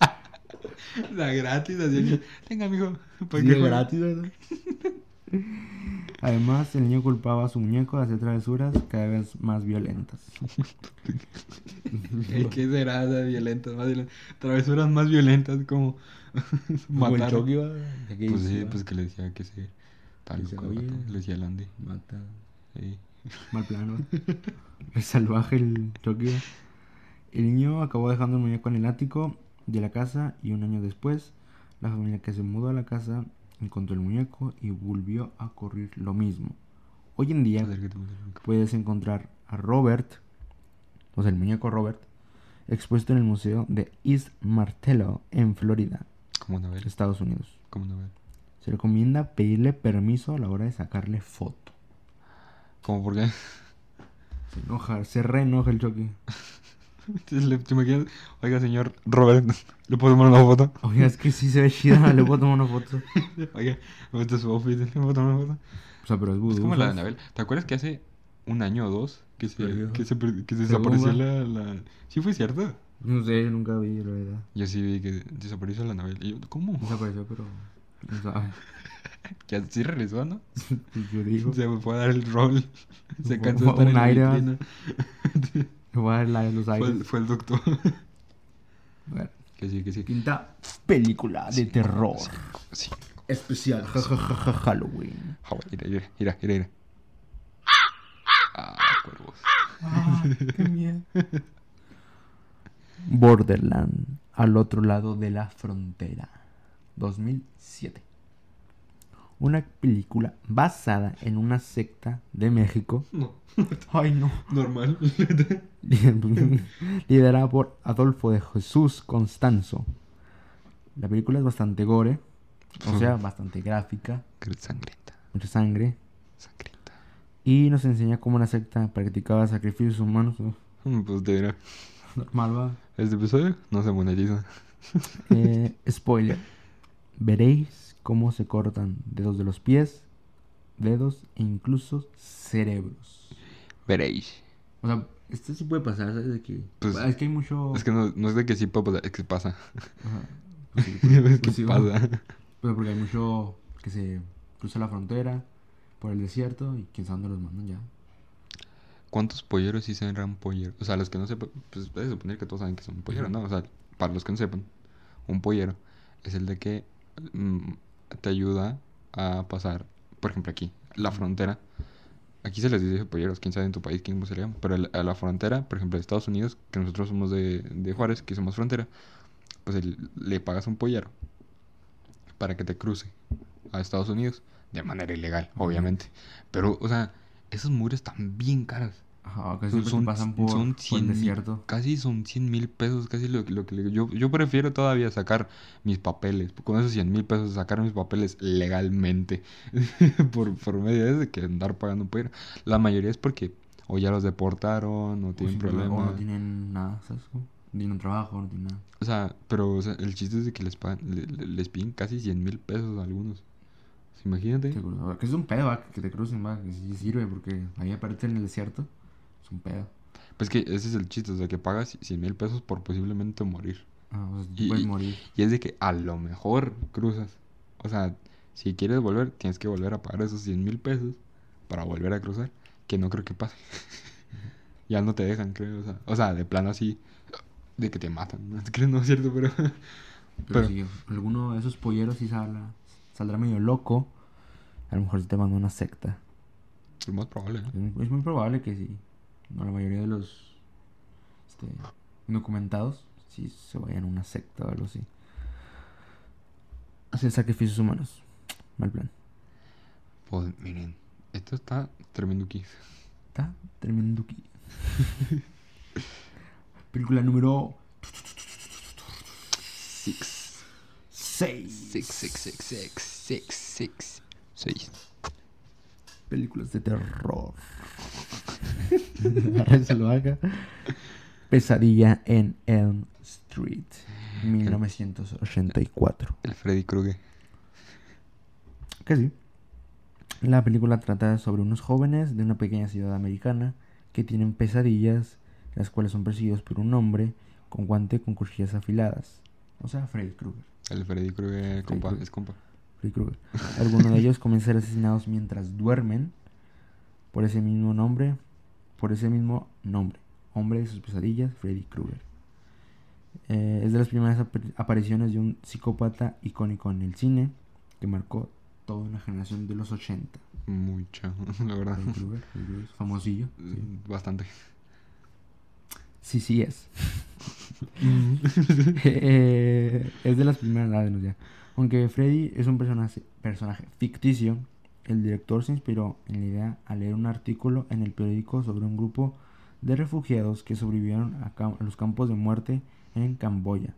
Speaker 2: La gratis, así que. Tenga, mijo. Para
Speaker 3: Sí,
Speaker 2: Pues que
Speaker 3: de
Speaker 2: juegue".
Speaker 3: gratis, ¿verdad? Además, el niño culpaba a su muñeco de hacer travesuras cada vez más violentas.
Speaker 2: Ey, ¿Qué será esas violentas? Más violen- Travesuras más violentas como matar. Pues sí, pues que le decía que se. Tal
Speaker 3: Que se
Speaker 2: cual,
Speaker 3: oye.
Speaker 2: le decía el Andy.
Speaker 3: Mata.
Speaker 2: Sí.
Speaker 3: Mal plano. Es salvaje el Chucky. ¿va? El niño acabó dejando el muñeco en el ático de la casa y un año después, la familia que se mudó a la casa encontró el muñeco y volvió a ocurrir lo mismo. Hoy en día,
Speaker 2: Acércate, acércate.
Speaker 3: puedes encontrar a Robert, o sea, el muñeco Robert, expuesto en el Museo de East Martello en Florida,
Speaker 2: Como una vez.
Speaker 3: Estados Unidos.
Speaker 2: Como una vez.
Speaker 3: Se recomienda pedirle permiso a la hora de sacarle foto.
Speaker 2: ¿Cómo por qué?
Speaker 3: Se enoja, se re enoja el choque.
Speaker 2: Entonces, le- ¿Te imaginas? Oiga, señor Robert, ¿le puedo tomar una foto?
Speaker 3: Oiga, es que sí se ve chida, le puedo tomar una foto.
Speaker 2: Oiga, me gusta su outfit, ¿le puedo tomar una foto?
Speaker 3: O sea, pero es vudú.
Speaker 2: Es como la de
Speaker 3: ¿sabes?
Speaker 2: Anabel. ¿Te acuerdas que hace un año o dos que se,
Speaker 3: Perdió.
Speaker 2: que se, per- que se
Speaker 3: Según
Speaker 2: desapareció
Speaker 3: va.
Speaker 2: la, la... ¿Sí fue cierto?
Speaker 3: No sé, yo nunca vi, la verdad.
Speaker 2: Yo sí vi que desapareció la Anabel. Y yo, ¿cómo?
Speaker 3: Desapareció, pero... No sabe.
Speaker 2: Que sí regresó, ¿no?
Speaker 3: Pues yo digo,
Speaker 2: Se me fue a dar el rol. Se
Speaker 3: Fue-
Speaker 2: cansó de
Speaker 3: fue
Speaker 2: estar en
Speaker 3: un
Speaker 2: la
Speaker 3: aire, ¿va?
Speaker 2: vitrina.
Speaker 3: le voy a dar la de los
Speaker 2: Fue, el-
Speaker 3: aires.
Speaker 2: fue el doctor.
Speaker 3: Bueno,
Speaker 2: que sí, que sí.
Speaker 3: Quinta película de terror.
Speaker 2: Sí.
Speaker 3: Especial, jajajaja, Halloween.
Speaker 2: Ah, bueno, mira, mira, mira, mira, mira. Ah, cuervos.
Speaker 3: qué miedo. Borderland, al otro lado de la frontera. 2007. Una película basada en una secta de México.
Speaker 2: No,
Speaker 3: Ay, no.
Speaker 2: normal.
Speaker 3: Liderada por Adolfo de Jesús Constanzo. La película es bastante gore, o sea, bastante gráfica,
Speaker 2: Sangrenta,
Speaker 3: mucha sangre.
Speaker 2: sangrenta.
Speaker 3: Y nos enseña cómo la secta practicaba sacrificios humanos. ¿no?
Speaker 2: Mm, Pues te dirá.
Speaker 3: Normal, va.
Speaker 2: Este episodio no se monetiza.
Speaker 3: Eh, spoiler. Veréis cómo se cortan dedos de los pies, dedos e incluso cerebros.
Speaker 2: Veréis.
Speaker 3: O sea, esto sí puede pasar, ¿sabes? De que, ah,
Speaker 2: Pues,
Speaker 3: es que hay mucho...
Speaker 2: Es que no, no es de que sí pueda pasar, es que pasa.
Speaker 3: Ajá. Pues sí, pues-
Speaker 2: es que
Speaker 3: pues sí, va.
Speaker 2: pasa.
Speaker 3: Pero porque hay mucho que se cruza la frontera por el desierto y quién sabe dónde los mandan ya.
Speaker 2: ¿Cuántos polleros sí serán polleros? O sea, los que no sepan, pues puede suponer que todos saben que son polleros, ¿no? O sea, para los que no sepan, un pollero es el de que mm, te ayuda a pasar, por ejemplo, aquí, la frontera. Aquí se les dice polleros, quién sabe en tu país quién se le llama, pero el- a la frontera, por ejemplo, de Estados Unidos, que nosotros somos de, de Juárez, que somos frontera, pues el- le pagas un pollero para que te cruce a Estados Unidos. de manera ilegal, obviamente. Pero, o sea, esas mugres están bien caras.
Speaker 3: Ajá, casi
Speaker 2: Pues Son,
Speaker 3: siempre te pasan por,
Speaker 2: son
Speaker 3: por
Speaker 2: 100
Speaker 3: el
Speaker 2: mil-
Speaker 3: desierto.
Speaker 2: casi son 100 mil pesos, casi lo, lo que le- yo, yo prefiero todavía sacar mis papeles, con esos 100 mil pesos sacar mis papeles legalmente por, por medio de eso que andar pagando por ir. La mayoría es porque o ya los deportaron o
Speaker 3: O
Speaker 2: tienen
Speaker 3: sin trabajo,
Speaker 2: problemas.
Speaker 3: no tienen nada, ¿sabes? cómo? No tienen trabajo, no tienen nada.
Speaker 2: O sea, pero o sea, el chiste es de que les, pagan- le- le- les piden casi 100 mil pesos a algunos. Pues Imagínate.
Speaker 3: Te cru- Que es un pedo, va, que te crucen, va, que sí sirve, porque ahí aparte en el desierto es un pedo.
Speaker 2: Pues que ese es el chiste, o sea, que pagas 100 mil pesos por posiblemente morir.
Speaker 3: Ah, o sea, tú
Speaker 2: Y-
Speaker 3: puedes
Speaker 2: y-
Speaker 3: morir.
Speaker 2: Y es de que a lo mejor cruzas. O sea, si quieres volver, tienes que volver a pagar esos 100 mil pesos para volver a cruzar, que no creo que pase. ya no te dejan, creo. O sea, o sea, de plano así, de que te matan. No creo, no es cierto, pero...
Speaker 3: Pero,
Speaker 2: Pero-
Speaker 3: si alguno de esos polleros sí saldrá, saldrá medio loco, a lo mejor se te manda una secta.
Speaker 2: es lo más probable, ¿no?
Speaker 3: Es muy, es muy probable que sí. No, la mayoría de los este, documentados sí se vayan a una secta o algo así. Hacer sacrificios humanos. Mal plan.
Speaker 2: Pues miren, esto está tremendo aquí.
Speaker 3: Está tremendo. aquí. Película número
Speaker 2: Six. Six,
Speaker 3: 6.
Speaker 2: six, six, six, six, six. Seis.
Speaker 3: Películas de terror. Ahora se lo haga. Pesadilla en Elm Street. 1984.
Speaker 2: El Freddy Krueger.
Speaker 3: Que sí. La película trata sobre unos jóvenes de una pequeña ciudad americana que tienen pesadillas, las cuales son perseguidos por un hombre con guante con cuchillas afiladas. O sea, Freddy Krueger.
Speaker 2: El Freddy Krueger, compa,
Speaker 3: Krueger.
Speaker 2: es compa.
Speaker 3: Freddy Krueger. Algunos de ellos comienzan a ser asesinados mientras duermen por ese mismo nombre, por ese mismo nombre. Hombre de sus pesadillas, Freddy Krueger. Eh, es de las primeras ap- apariciones de un psicópata icónico en el cine que marcó toda una generación de los 80.
Speaker 2: Mucho, la verdad.
Speaker 3: Freddy Krueger, Freddy Krueger es famosillo.
Speaker 2: Mm. Bastante.
Speaker 3: Sí, sí es. Eh, es de las primeras ah, bueno, ya. Aunque Freddy es un personaje, personaje ficticio, el director se inspiró en la idea al leer un artículo en el periódico sobre un grupo de refugiados que sobrevivieron a, cam- a los campos de muerte en Camboya.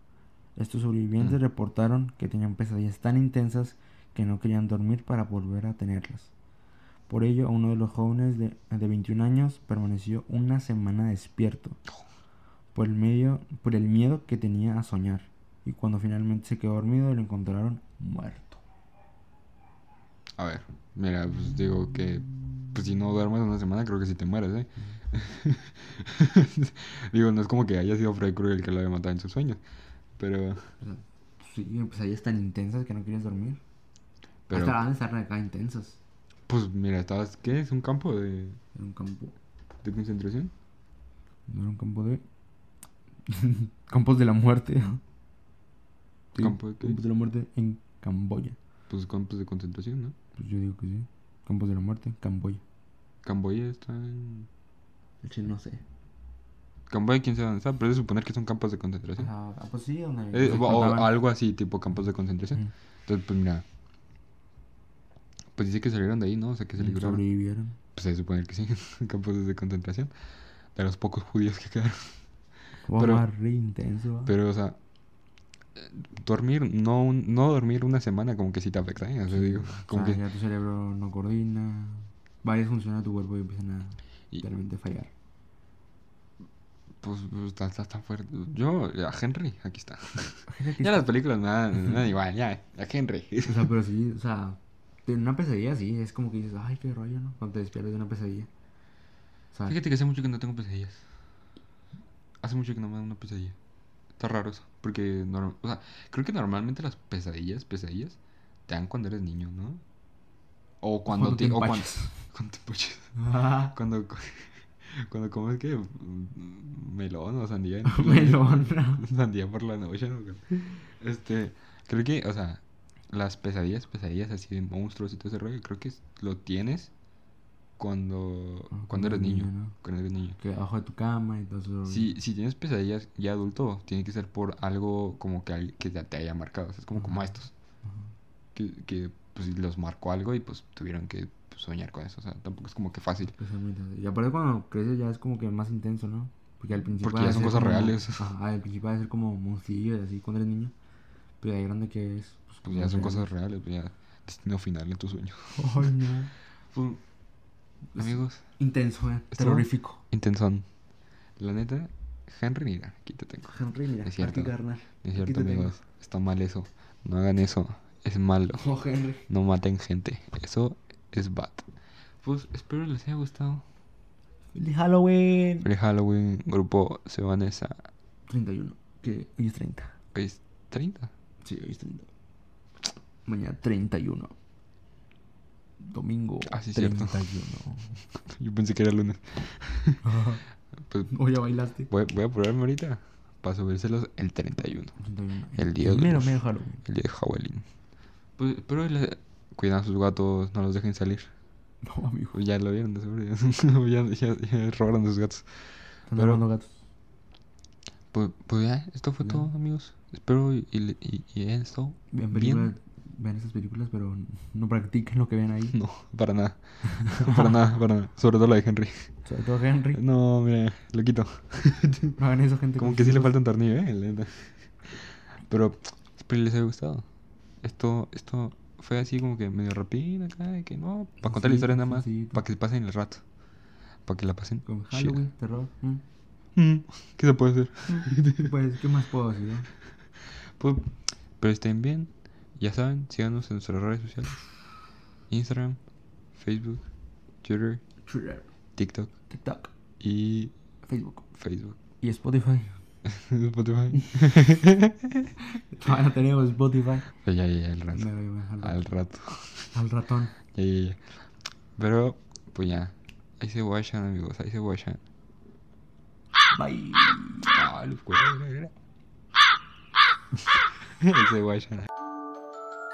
Speaker 3: Estos sobrevivientes
Speaker 2: Mm.
Speaker 3: reportaron que tenían pesadillas tan intensas que no querían dormir para volver a tenerlas. Por ello, uno de los jóvenes de, de 21 años permaneció una semana despierto por el, medio, por el miedo que tenía a soñar. Y cuando finalmente se quedó dormido, lo encontraron muerto.
Speaker 2: A ver, mira, pues digo que pues si no duermes una semana, creo que si te mueres, ¿eh? digo, no es como que haya sido Freddy Krueger el que lo había matado en sus sueños, pero...
Speaker 3: O sea, sí, pesadillas tan intensas que no querías dormir.
Speaker 2: pero
Speaker 3: Hasta van a estar acá intensas.
Speaker 2: Pues mira, estabas, ¿qué? ¿Es un campo de,
Speaker 3: Era un campo.
Speaker 2: de concentración?
Speaker 3: No era un campo de. Campos de la muerte. Sí,
Speaker 2: ¿Campo de qué?
Speaker 3: Campos de la muerte en Camboya.
Speaker 2: Pues campos de concentración, ¿no?
Speaker 3: Pues yo digo que sí. Campos de la muerte, Camboya.
Speaker 2: Camboya está en...
Speaker 3: El chino no sé.
Speaker 2: Camboya, quién sabe dónde está, pero es suponer que son campos de concentración.
Speaker 3: Ah, ah, pues sí, donde.
Speaker 2: Eh,
Speaker 3: donde
Speaker 2: o- o
Speaker 3: explotaban.
Speaker 2: algo así, tipo campos de concentración.
Speaker 3: Ujú.
Speaker 2: Entonces, pues mira. Pues dice que salieron de ahí, ¿no? O sea, que se libraron.
Speaker 3: Sobrevivieron.
Speaker 2: Pues se supone que sí, campos de concentración. De los pocos judíos que quedaron.
Speaker 3: Wow,
Speaker 2: Pero-
Speaker 3: re intenso. ¿va?
Speaker 2: Pero, o sea, eh, dormir, no, un- no dormir una semana como que sí te afecta, ¿eh? O sea, digo, como
Speaker 3: o sea,
Speaker 2: que...
Speaker 3: ya tu cerebro no coordina, varias funciones de tu cuerpo y empiezan a
Speaker 2: Y-
Speaker 3: realmente fallar.
Speaker 2: Pues, pues, está, está, está fuerte. Yo, a Henry, aquí está. Ya las películas me dan, me dan igual, ya, a Henry.
Speaker 3: O sea, pero sí, o sea, de una pesadilla sí, es como que dices, ay, qué rollo, ¿no? Cuando te despiertas de una pesadilla. O sea,
Speaker 2: Fíjate que hace mucho que no tengo pesadillas. Hace mucho que no me dan una pesadilla. Está raro eso. Porque, norm- o sea, creo que normalmente las pesadillas, pesadillas, te dan cuando eres niño, ¿no? O cuando,
Speaker 3: cuando
Speaker 2: te,
Speaker 3: te
Speaker 2: o cuando,
Speaker 3: empachas.
Speaker 2: cuando te empachas.
Speaker 3: ah,
Speaker 2: Cuando, co- cuando comes que mm, melón o sandía. en-
Speaker 3: melón. ¿no?
Speaker 2: sandía por la noche, ¿no? Este, creo que, o sea, las pesadillas, pesadillas así de monstruos y todo ese rollo, creo que es- lo tienes cuando,
Speaker 3: Ah,
Speaker 2: cuando eres niño.
Speaker 3: ¿no?
Speaker 2: Cuando eres niño.
Speaker 3: Que abajo de tu cama y todo eso.
Speaker 2: Si, si tienes pesadillas ya adulto, tiene que ser por algo como que, al- que ya te haya marcado. o sea, es como, como
Speaker 3: Ajá.
Speaker 2: estos.
Speaker 3: Ajá.
Speaker 2: Que, que pues los marcó algo y pues tuvieron que pues, soñar con eso. O sea, tampoco es como que fácil.
Speaker 3: Pues es muy tarde. Y aparte cuando creces ya es como que más intenso, ¿no? Porque al principio...
Speaker 2: Porque ya
Speaker 3: ha de
Speaker 2: son
Speaker 3: ser
Speaker 2: cosas
Speaker 3: como-
Speaker 2: reales.
Speaker 3: Ajá, al principio ha de ser como monstruillo y así cuando eres niño. Pero de grande que es...
Speaker 2: Pues ya son cosas reales, pues ya destino final en tus sueños.
Speaker 3: Ay, no.
Speaker 2: Pues, amigos,
Speaker 3: Intenso, eh.
Speaker 2: ¿Estuvo?
Speaker 3: Terrorífico.
Speaker 2: intensón. La neta, Henry, mira, aquí te tengo.
Speaker 3: Henry, mira,
Speaker 2: Es cierto.
Speaker 3: aquí, carnal.
Speaker 2: Es
Speaker 3: Aquí
Speaker 2: cierto,
Speaker 3: te tengo.
Speaker 2: amigos, está mal eso. No hagan eso, es malo.
Speaker 3: Oh, Henry.
Speaker 2: No maten gente, eso es bad. Pues espero les haya gustado.
Speaker 3: ¡Feliz Halloween!
Speaker 2: Feliz Halloween, grupo Sebanesa.
Speaker 3: 31. Que hoy es 30.
Speaker 2: Hoy es 30.
Speaker 3: Sí, hoy es 30. Mañana 31. Domingo
Speaker 2: Ah, sí, cierto.
Speaker 3: 31.
Speaker 2: Yo pensé que era lunes. Pues
Speaker 3: ¿O ya bailaste?
Speaker 2: voy, voy a probarme ahorita para subírselos el 31,
Speaker 3: 31.
Speaker 2: El día de
Speaker 3: Mero,
Speaker 2: los-
Speaker 3: mero Halloween.
Speaker 2: el día de Halloween. Pues espero les... Cuidan a sus gatos, no los dejen salir.
Speaker 3: No, amigo.
Speaker 2: Pues ya lo vieron de seguro. Ya, ya, ya robaron de sus gatos.
Speaker 3: Están
Speaker 2: Pero-
Speaker 3: robando gatos.
Speaker 2: Pues, pues ya, esto fue
Speaker 3: Ya.
Speaker 2: todo, amigos. Espero y, y, y, y hayan estado bien.
Speaker 3: Vean, películas, vean esas películas, pero no practiquen lo que ven ahí.
Speaker 2: No, para nada. para nada, para nada. Sobre todo la de Henry.
Speaker 3: Sobre todo Henry.
Speaker 2: No, mira, lo quito.
Speaker 3: No hagan eso, gente.
Speaker 2: Como
Speaker 3: con
Speaker 2: que sí
Speaker 3: sus
Speaker 2: le
Speaker 3: hijos.
Speaker 2: falta un tornillo, eh, La neta. Pero espero les haya gustado. Esto, esto fue así como que medio rapidín acá, de que no, para contar la historia nada más,
Speaker 3: Sencillito.
Speaker 2: para que se pasen el rato. Para que la pasen.
Speaker 3: Con
Speaker 2: chida.
Speaker 3: Halloween, terror. mm.
Speaker 2: Mm, ¿Qué se puede hacer?
Speaker 3: Pues, ¿qué más puedo decir? eh?
Speaker 2: Pues, pero estén bien. Ya saben, síganos en nuestras redes sociales. Instagram, Facebook, Twitter,
Speaker 3: Twitter,
Speaker 2: TikTok
Speaker 3: TikTok,
Speaker 2: y
Speaker 3: Facebook
Speaker 2: Facebook.
Speaker 3: y Spotify.
Speaker 2: Spotify.
Speaker 3: Todavía no tenemos Spotify.
Speaker 2: ya, ya, ya, al
Speaker 3: Me
Speaker 2: rato.
Speaker 3: voy a llamar al,
Speaker 2: Al rato.
Speaker 3: al ratón.
Speaker 2: Ya, ya, ya. Pero, pues ya. Ahí se guayan, amigos. Ahí se guayan.
Speaker 3: Bye.
Speaker 2: Ah, los cuernos, mira, mira. Ahí se guayan.